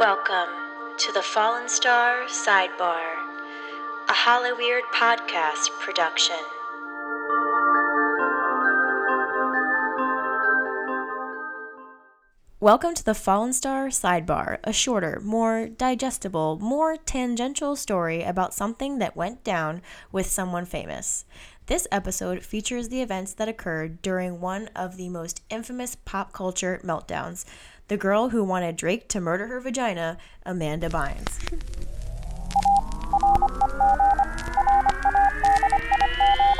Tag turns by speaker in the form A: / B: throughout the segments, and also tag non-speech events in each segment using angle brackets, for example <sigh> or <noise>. A: Welcome to the Fallen Star Sidebar, a Hollyweird podcast production. Welcome to the Fallen Star Sidebar, a shorter, more digestible, more tangential story about something that went down with someone famous. This episode features the events that occurred during one of the most infamous pop culture meltdowns the girl who wanted Drake to murder her vagina, Amanda Bynes.
B: My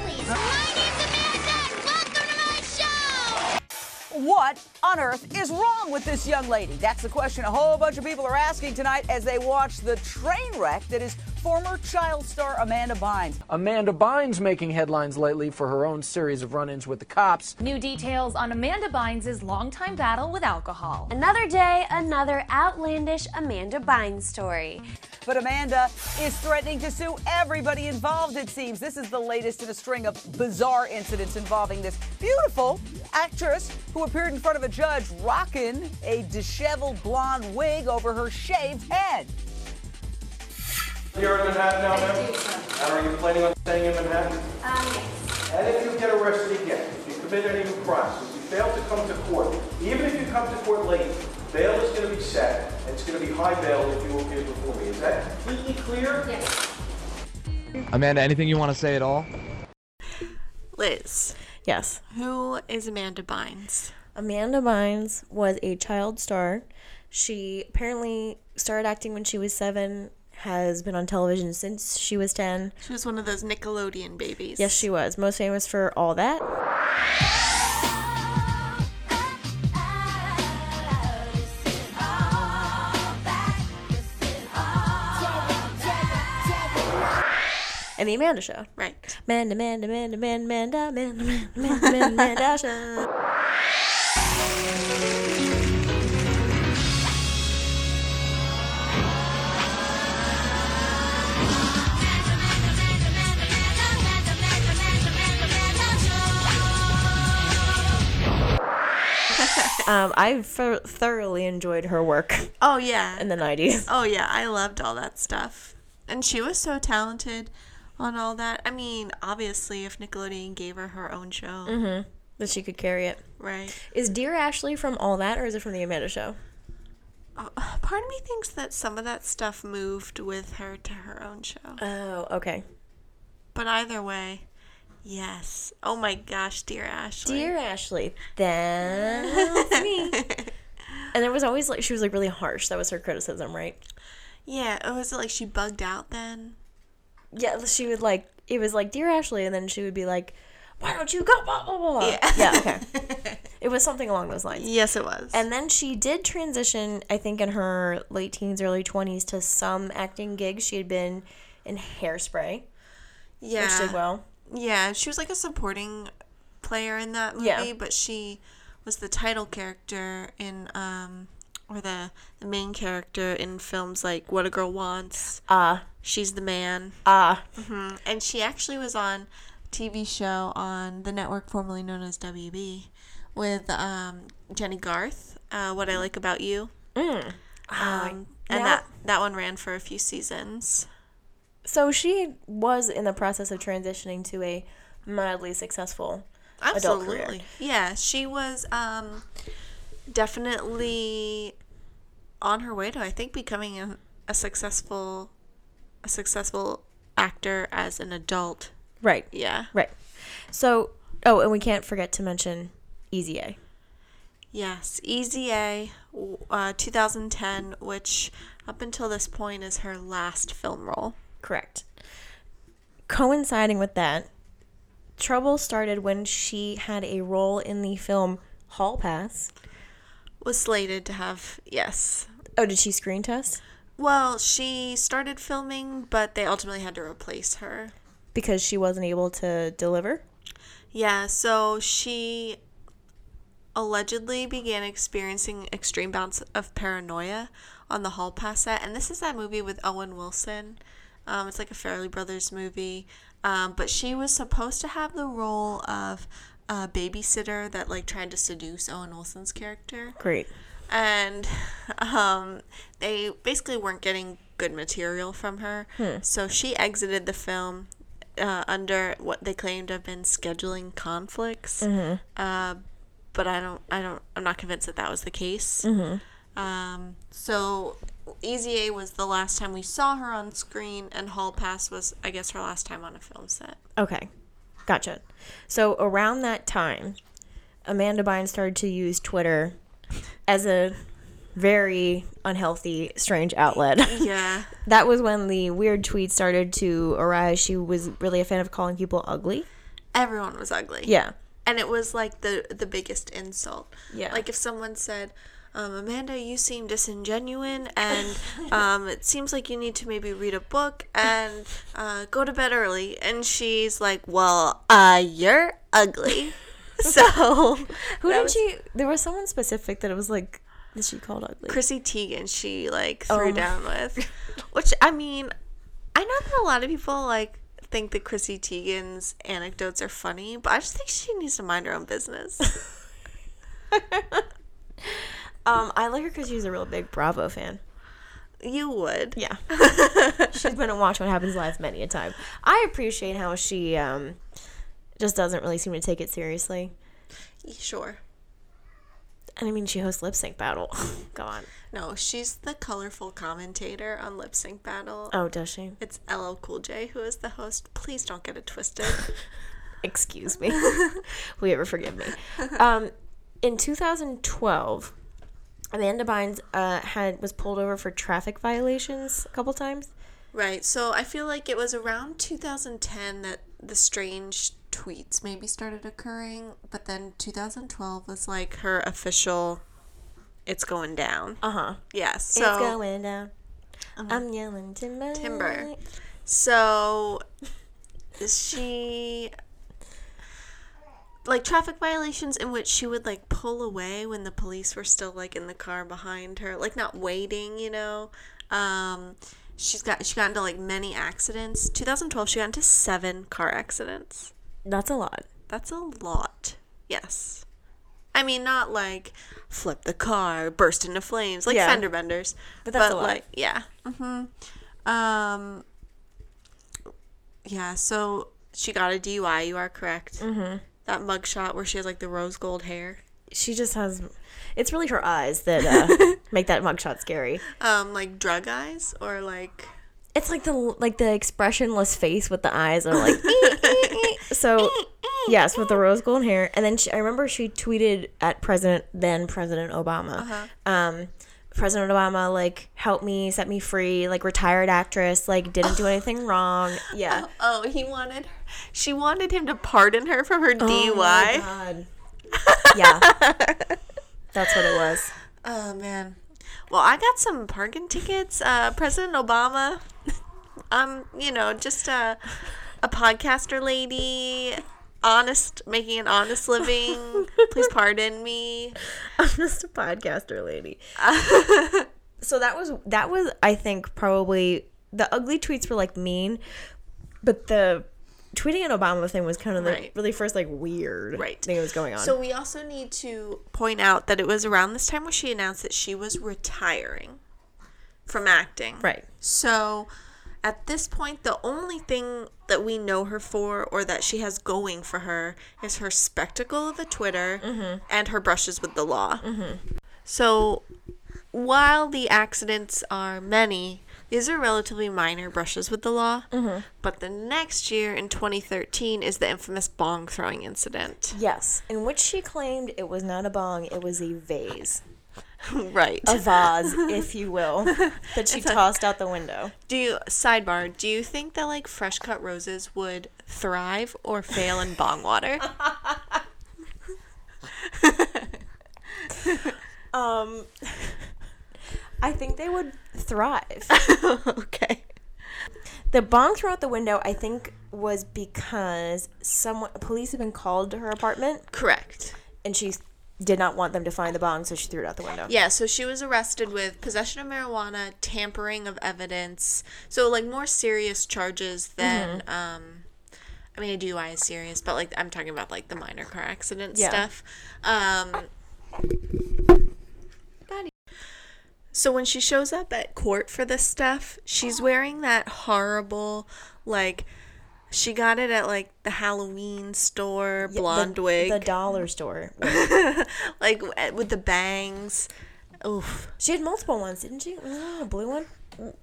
B: name's Amanda, and welcome to my show!
C: What on earth is wrong with this young lady? That's the question a whole bunch of people are asking tonight as they watch the train wreck that is former child star Amanda Bynes.
D: Amanda Bynes making headlines lately for her own series of run ins with the cops.
E: New details on Amanda Bynes' longtime battle with alcohol.
F: Another day, another outlandish Amanda Bynes story.
C: But Amanda is threatening to sue everybody involved, it seems. This is the latest in a string of bizarre incidents involving this beautiful actress who appeared in front of a judge rocking a disheveled blonde wig over her shaved head.
G: You're in Manhattan now, ma'am? And are you planning on staying in Manhattan? Um, yes. And if you get arrested again, if you commit any new crimes, if you fail to come to court, even if you come to court late, bail is gonna be set, and it's gonna be high bail if you appear before me. Is that completely clear? Yes.
H: Amanda, anything you want to say at all?
I: Liz,
A: Yes.
I: who is Amanda Bynes?
A: Amanda Bynes was a child star. She apparently started acting when she was seven, has been on television since she was 10.
I: She was one of those Nickelodeon babies.
A: Yes, she was. Most famous for all that. And the Amanda Show.
I: Right.
A: Amanda, Amanda, Amanda, Amanda, Amanda, Amanda, Amanda, Amanda, Amanda, Amanda <laughs> Show. Um, I f- thoroughly enjoyed her work
I: Oh yeah.
A: in the <laughs> 90s.
I: oh yeah, I loved all that stuff. And she was so talented on all that. I mean, obviously if Nickelodeon gave her her own show,
A: That she could carry it.
I: right?
A: Is Dear Ashley from All That or is it from The Amanda Show?
I: Oh, part of me thinks that some of that stuff moved with her to her own show.
A: Oh, okay.
I: But either way, yes. Oh my gosh, dear Ashley.
A: Dear Ashley, that's
I: <laughs>
A: me. And there was always like, she was like really harsh. That was her criticism, right?
I: Yeah, oh, was it like she bugged out then?
A: Yeah, she would like, it was like, Dear Ashley. And then she would be like, why don't you go? Blah, blah, blah. blah."
I: Yeah.
A: yeah, okay.
I: <laughs>
A: It was something along those lines.
I: Yes, it was.
A: And then she did transition, I think, in her late teens, early 20s to some acting gigs. She had been in Hairspray,
I: yeah.
A: which did well.
I: Yeah, she was like a supporting player in that movie,
A: Yeah.
I: but she was the title character in um or the, the main character in films like What a Girl Wants.
A: Ah.
I: She's the man. Mm-hmm.
A: Ah,
I: And she actually was on a TV show on the network formerly known as WB with um, Jenny Garth, uh, What I Like About You. Mm. Um, and
A: Ah, yeah.
I: that, that one ran for a few seasons.
A: so she was in the process of transitioning to a mildly successful adult
I: Absolutely.
A: career.
I: Yeah, she was um, definitely on her way to, I think, becoming a, a successful, a successful actor as an adult.
A: Right.
I: Yeah.
A: Right. So, oh, and we can't forget to mention Easy A.
I: Yes, Easy A, w- uh, 2010, which up until this point is her last film role.
A: Correct. Coinciding with that, trouble started when she had a role in the film Hall Pass.
I: Was slated to have yes.
A: Oh, did she screen test?
I: Well, she started filming, but they ultimately had to replace her.
A: Because she wasn't able to deliver?
I: Yeah, so she allegedly began experiencing extreme bouts of paranoia on the Hall Pass set. And this is that movie with Owen Wilson. Um, it's like a Farrelly Brothers movie. Um, but she was supposed to have the role of a babysitter that like tried to seduce Owen Wilson's character.
A: Great.
I: and um, they basically weren't getting good material from her. So she exited the film uh, under what they claimed have been scheduling conflicts. Uh, but I don't, I don't, I'm not convinced that that was the case. Um, so Easy A was the last time we saw her on screen, and Hall Pass was, I guess, her last time on a film set.
A: Okay, gotcha. So around that time, Amanda Bynes started to use Twitter as a very unhealthy, strange <laughs> outlet.
I: Yeah.
A: that was when the weird tweets started to arise. She was really a fan of calling people ugly.
I: Everyone was
A: <laughs>
I: ugly.
A: Yeah.
I: and it was like the the biggest insult.
A: Yeah.
I: Like if someone said, um, "Amanda, you seem disingenuous, and um, it seems like you need to maybe read a book and uh, go to bed early," and she's like, "Well, uh, you're
A: <laughs>
I: ugly." so
A: Who
I: That
A: did
I: was-
A: she? There was someone specific that it was like that she called ugly.
I: Chrissy Teigen, she like threw
A: Oh.
I: down with, which I mean, I know that a lot of people like think that Chrissy Teigen's anecdotes are funny, but I just think she needs to mind her own
A: <laughs>
I: business.
A: <laughs> Um, I like her because she's a real big Bravo fan.
I: you would.
A: Yeah. <laughs> She's been and watched What Happens Live many a time. I appreciate how she um, just doesn't really seem to take it seriously.
I: Sure.
A: And I mean, she hosts Lip Sync Battle. <laughs> Go on.
I: No, she's the colorful commentator on Lip Sync Battle.
A: Oh, does she?
I: It's LL Cool J who is the host. Please don't get it
A: <laughs>
I: twisted.
A: Excuse me. <laughs> Will you ever forgive me? Um, in 2012, Amanda Bynes uh, had was pulled over for traffic violations a couple times.
I: right. So I feel like it was around 2010 that the strange tweets maybe started occurring, but then 2012 was like her official. It's going down. Uh huh. Yeah. So
A: Uh-huh.
I: uh-huh.
A: it's going down. I'm yelling timber.
I: Timber. So she like traffic violations in which she would like pull away when the police were still like in the car behind her, like not waiting, you know. Um she's got she got into like many accidents. 2012 she got into 7 car accidents.
A: That's a lot.
I: That's a lot. Yes. I mean, not like flip the car, burst into flames, like
A: Yeah.
I: fender benders. But
A: that's a lot.
I: like, yeah. hmm Um, yeah, so she got a DUI, you are correct. Mm-hmm. That mugshot where she has like the rose gold hair.
A: She just has. It's really her eyes
I: <laughs>
A: that uh, make that mugshot scary.
I: Um, like drug eyes or like.
A: It's like the like the expressionless face with the eyes that are like. so yes, with the rose gold hair, and then she, I remember she tweeted at President then President Obama. Um, President Obama, like, help me, set me free, like, retired actress, like, didn't do anything wrong. Yeah.
I: Oh, he wanted. She wanted him to pardon her from
A: Oh
I: her DUI.
A: God. yeah. That's what it was.
I: Oh man. Well, I got some parking tickets. Uh, President Obama. <laughs> I'm, you know, just a a podcaster lady, honest, making an honest living. Please pardon me.
A: I'm just a podcaster <laughs> lady. so that was that was I think probably the ugly tweets were like mean, but the tweeting an Obama thing was kind of the
I: Right.
A: really first like weird
I: Right.
A: thing that was going on.
I: So we also need to point out that it was around this time when she announced that she was retiring from acting.
A: right.
I: So at this point, the only thing that we know her for or that she has going for her is her spectacle of a Twitter
A: Mm-hmm.
I: and her brushes with the law. So while the accidents are many, these are relatively minor brushes with the law.
A: Mm-hmm.
I: But the next year in 2013 is the infamous bong throwing incident.
A: Yes, in which she claimed it was not a bong, it was a vase,
I: right.
A: a <laughs> vase, if you will, that she tossed out the window.
I: Do you sidebar? Do you think that like fresh cut roses would thrive or fail in bong water?
A: Um, <laughs> I think they would thrive.
I: <laughs> okay.
A: The bong throw out the window, I think, was because someone police had been called to her apartment,
I: Correct.
A: and she did not want them to find the bong, so she threw it out the window.
I: Yeah, so she was arrested with possession of marijuana, tampering of evidence. So like more serious charges than
A: Mm-hmm.
I: um I mean a DUI is serious, but like I'm talking about like the minor car accident
A: Yeah.
I: stuff. Um God, So when she shows up at court for this stuff, she's wearing that horrible, like, she got it at like the Halloween store blonde
A: the,
I: wig,
A: The dollar store.
I: like w- with the bangs. Oof.
A: She had multiple ones, didn't she? Wasn't there a blue one?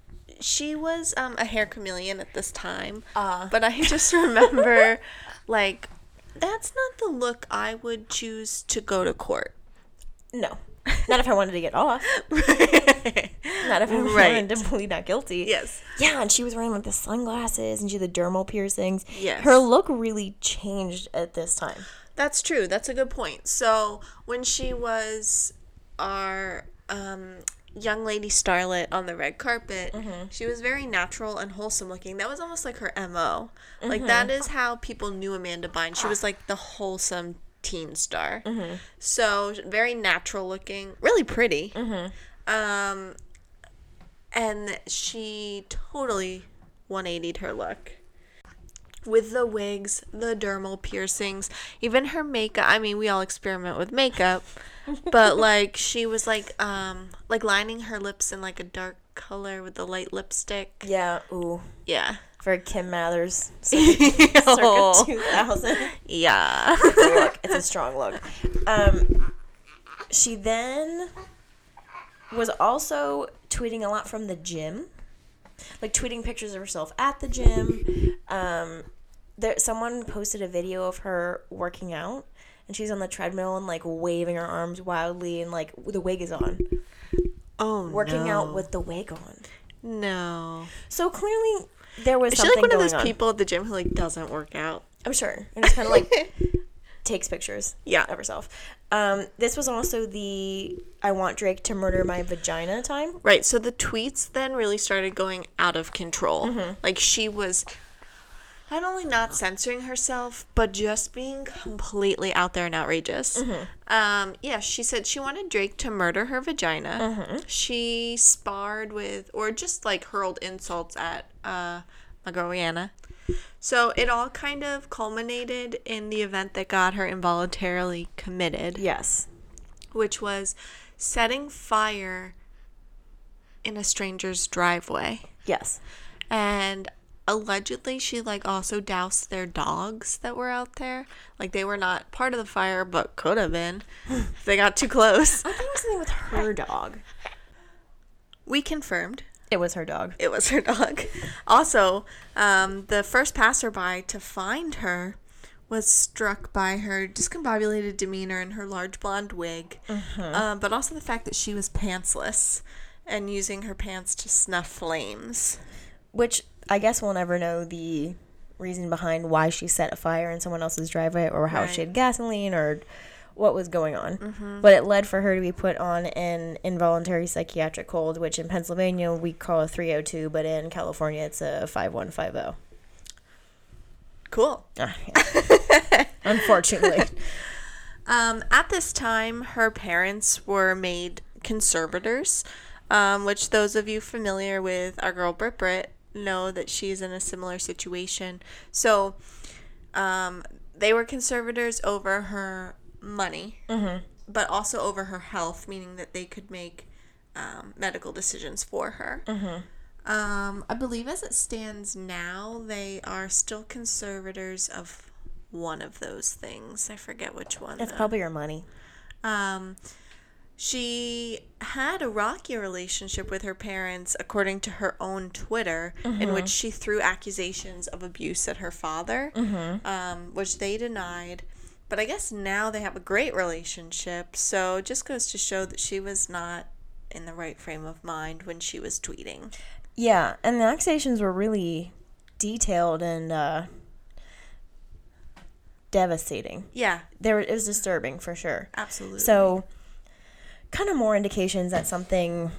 I: She was um, a hair chameleon at this time, but I just remember, like, that's not the look I would choose to go to court. <laughs>
A: No. Not if I wanted to get off. Not if I
I: <laughs> Right.
A: wanted to plead not guilty.
I: Yes.
A: Yeah, and she was wearing like the sunglasses and she had the dermal piercings.
I: Yes.
A: Her look really changed at this time.
I: That's true. That's a good point. So when she was our um, young lady starlet on the red carpet, she was very natural and wholesome looking. That was almost like her mo. Like that is how people knew Amanda Bynes. She was like the wholesome teen star. So very natural looking, really pretty. Um, and she totally 180'd her look with the wigs, the dermal piercings, even her makeup. I mean, we all experiment
A: <laughs>
I: with makeup, but like she was like um like lining her lips in like a dark color with the light lipstick.
A: Yeah, ooh. <laughs>
I: Yeah.
A: For Kim
I: <laughs>
A: Mathers circa,
I: Oh.
A: circa <laughs> 2000.
I: Yeah.
A: look. It's a strong look. Um, she then was also tweeting a lot from the gym, like tweeting pictures of herself at the gym. Um, there, someone posted a video of her working out, and she's on the treadmill and like waving her arms wildly, and like the wig is on,
I: Oh
A: working
I: no.
A: out with the wig on.
I: No.
A: So clearly. There was
I: Is she
A: something
I: like one of
A: going
I: those
A: on.
I: people at the gym who like doesn't work out?
A: I'm sure. And just kind of like <laughs> takes pictures
I: Yeah.
A: of herself. Um, this was also the I want Drake to murder my vagina time.
I: Right. So the tweets then really started going out of control. Like she was not only not censoring herself, but just being completely out there and outrageous. Um, yeah, she said she wanted Drake to murder her vagina. She sparred with, or just like hurled insults at uh, my girl Rihanna. So it all kind of culminated in the event that got her involuntarily committed
A: Yes.
I: which was setting fire in a stranger's driveway.
A: Yes.
I: And allegedly she like also doused their dogs that were out there. Like they were not part of the fire but could
A: <laughs>
I: have been. they got too close.
A: I think it was something with her dog.
I: We confirmed
A: It was her dog.
I: it was her <laughs> dog. Also, um, the first passerby to find her was struck by her discombobulated demeanor and her large blonde wig, um, but also the fact that she was pantsless and using her pants to snuff flames.
A: Which I guess we'll never know the reason behind why she set a fire in someone else's driveway or how she had gasoline or what was going on. But it led for her to be put on an involuntary psychiatric hold, which in Pennsylvania we call a 302, but in California it's a 5150.
I: Cool.
A: <laughs> Unfortunately.
I: Um, at this time, her parents were made conservators, um, which those of you familiar with our girl Brit Brit know that she's in a similar situation. So um, they were conservators over her money, but also over her health, meaning that they could make um, medical decisions for her. Um, I believe as it stands now, they are still conservators of one of those things. I forget which one.
A: That's
I: though.
A: probably your money.
I: Um, she had a rocky relationship with her parents, according to her own Twitter, in which she threw accusations of abuse at her father, um, which they denied. But I guess now they have a great relationship, so it just goes to show that she was not in the right frame of mind when she was tweeting.
A: Yeah, and the accusations were really detailed and uh, devastating.
I: Yeah,
A: There, it was disturbing for sure.
I: absolutely.
A: So, kind of more indications that something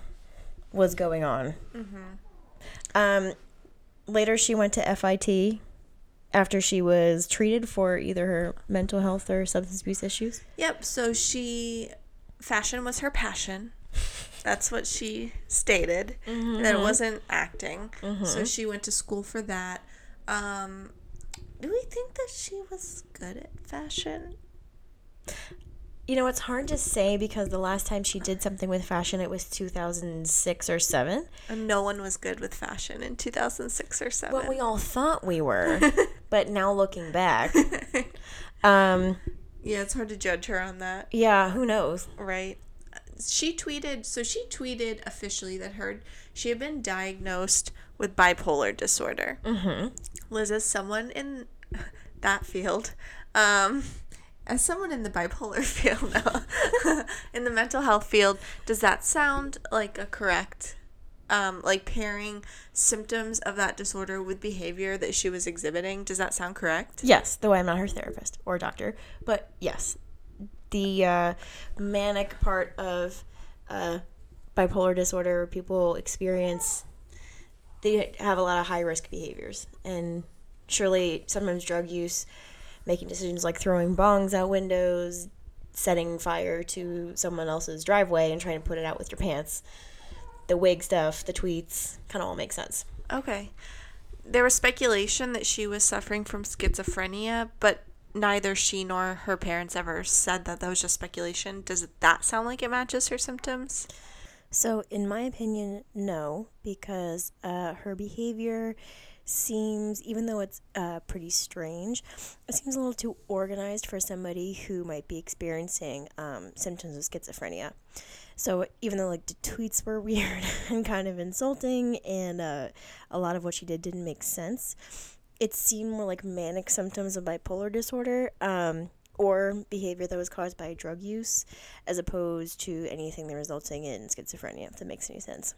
A: was going on. Um, later, she went to FIT after she was treated for either her mental health or substance abuse issues.
I: Yep. So she, fashion was her passion. That's what she stated.
A: Mm-hmm,
I: That it wasn't acting. So she went to school for that. Um, do we think that she was good at fashion?
A: You know, it's hard to say because the last time she did something with fashion, it was 2006 or 7.
I: And no one was good with fashion in 2006 or 7.
A: But we all thought we were. but now looking back, um,
I: yeah, it's hard to judge her on that,
A: yeah, who knows?
I: right? She tweeted, so she tweeted officially that her she had been diagnosed with bipolar disorder. Mm-hmm. Liz, as someone in that field, um, as someone in the bipolar <laughs> field, no, in the mental health field, does that sound like a correct? Um, like pairing symptoms of that disorder with behavior that she was exhibiting. Does that sound correct?
A: Yes, though I'm not her therapist or doctor, but yes, the uh, manic part of uh, bipolar disorder people experience, they have a lot of high risk behaviors, and surely sometimes drug use, making decisions like throwing bongs out windows, setting fire to someone else's driveway and trying to put it out with your pants, the wig stuff, the tweets, kind of all makes sense.
I: Okay. There was speculation that she was suffering from schizophrenia, but neither she nor her parents ever said that. That was just speculation. Does that sound like it matches her symptoms?
A: So, in my opinion, no, because uh, her behavior seems, even though it's uh, pretty strange, it seems a little too organized for somebody who might be experiencing um, symptoms of schizophrenia. So, even though like the tweets were <laughs> weird and kind of insulting, and uh, a lot of what she did didn't make sense, it seemed more like manic symptoms of bipolar disorder um, or behavior that was caused by drug use as opposed to anything that resulting in schizophrenia, if that makes any sense.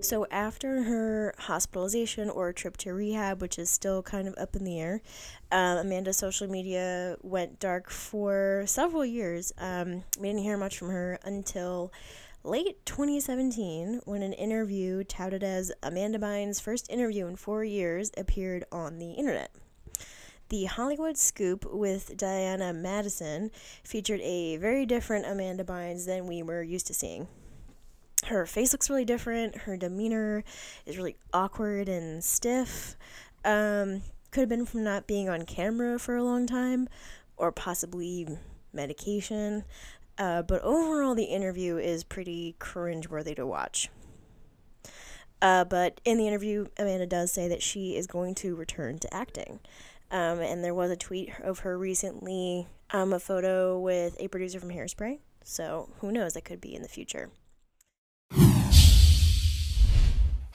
A: So, after her hospitalization or trip to rehab, which is still kind of up in the air, um, Amanda's social media went dark for several years. Um, we didn't hear much from her until late 2017 when an interview touted as Amanda Bynes' first interview in four years appeared on the internet. The Hollywood Scoop with Diana Madison featured a very different Amanda Bynes than we were used to seeing her face looks really different. Her demeanor is really awkward and stiff. Um, could have been from not being on camera for a long time, or possibly medication. Uh, but overall, the interview is pretty cringeworthy to watch. Uh, but in the interview, Amanda does say that she is going to return to acting. Um, and there was a tweet of her recently, um, a photo with a producer from Hairspray. So who knows? That could be in the future.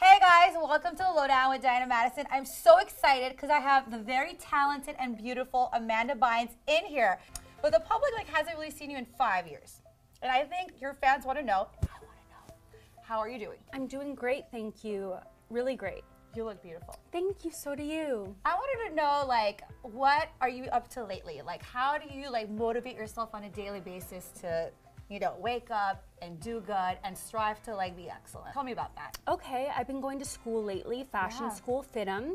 J: Hey guys, welcome to the Lowdown with Diana Madison. I'm so excited because I have the very talented and beautiful Amanda Bynes in here. But the public like hasn't really seen you in five years, and I think your fans want to know. I want to know. How are you doing?
K: I'm doing great, thank you. Really great.
J: You look beautiful.
K: Thank you, so do you.
J: I wanted to know like what are you up to lately? Like how do you like motivate yourself on a daily basis to you know wake up and do good and strive to like be excellent? Tell me about that.
K: Okay, I've been going to school lately, fashion
J: Yeah.
K: school, FITM,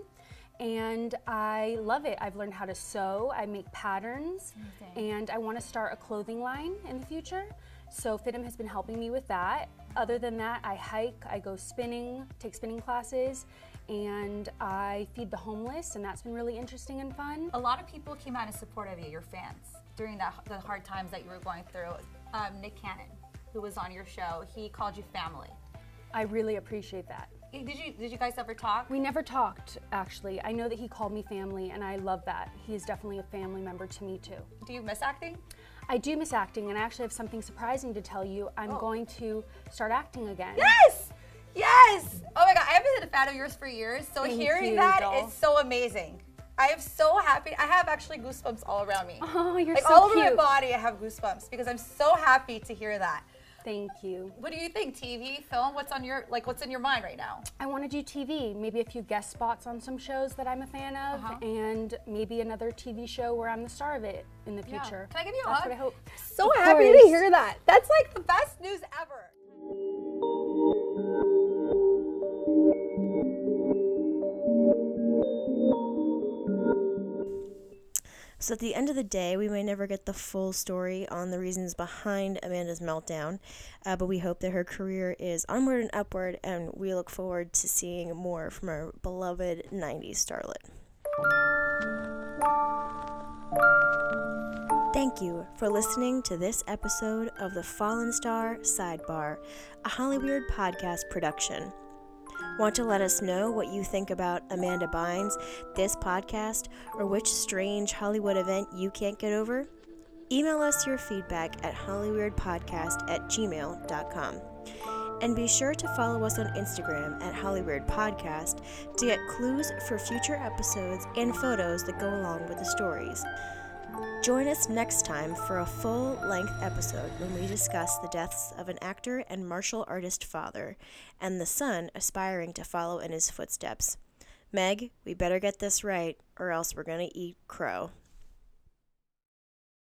K: and I love it. I've learned how to sew, I make patterns, and I want to start a clothing line in the future. So FITM has been helping me with that. Other than that, I hike, I go spinning, take spinning classes, and I feed the homeless, and that's been really interesting and fun.
J: A lot of people came out in support of you, your fans, during that, the hard times that you were going through. Um, Nick Cannon, who was on your show, he called you family.
K: I really appreciate that.
J: Did you did you guys ever talk?
K: We never talked, actually. I know that he called me family, and I love that. He is definitely a family member to me, too.
J: Do you miss acting?
K: I do miss acting, and I actually have something surprising to tell you. I'm going to start acting again.
J: Oh. Yes, yes. Oh my God, I have been a fan of yours for years. So
K: Thank
J: hearing
K: you,
J: that is
K: doll.
J: so amazing. I am so happy. I have actually goosebumps all around me.
K: Oh, you're
J: like
K: so
J: all over my
K: cute.
J: body, I have goosebumps because I'm so happy to hear that.
K: Thank you.
J: What do you think? TV, film? What's on your like? What's in your mind right now?
K: I want to do TV, maybe a few guest spots on some shows that I'm a fan of,
J: uh-huh.
K: and maybe another TV show where I'm the star of it in the
J: Yeah.
K: future.
J: Can I give you a
K: That's
J: hug?
K: what I hope.
J: So
K: Of
J: happy to
K: course.
J: hear that. That's like the best news ever.
A: So at the end of the day, we may never get the full story on the reasons behind Amanda's meltdown, uh, but we hope that her career is onward and upward, and we look forward to seeing more from our beloved 90s starlet. Thank you for listening to this episode of the Fallen Star Sidebar, a Hollyweird podcast production. Want to let us know what you think about Amanda Bynes, this podcast, or which strange Hollywood event you can't get over? Email us your feedback at hollyweirdpodcast at gmail.com. And be sure to follow us on Instagram at Hollyweird Podcast to get clues for future episodes and photos that go along with the stories. Join us next time for a full length episode when we discuss the deaths of an actor and martial artist father and the son aspiring to follow in his footsteps. Meg, we better get this right, or else we're going to eat crow.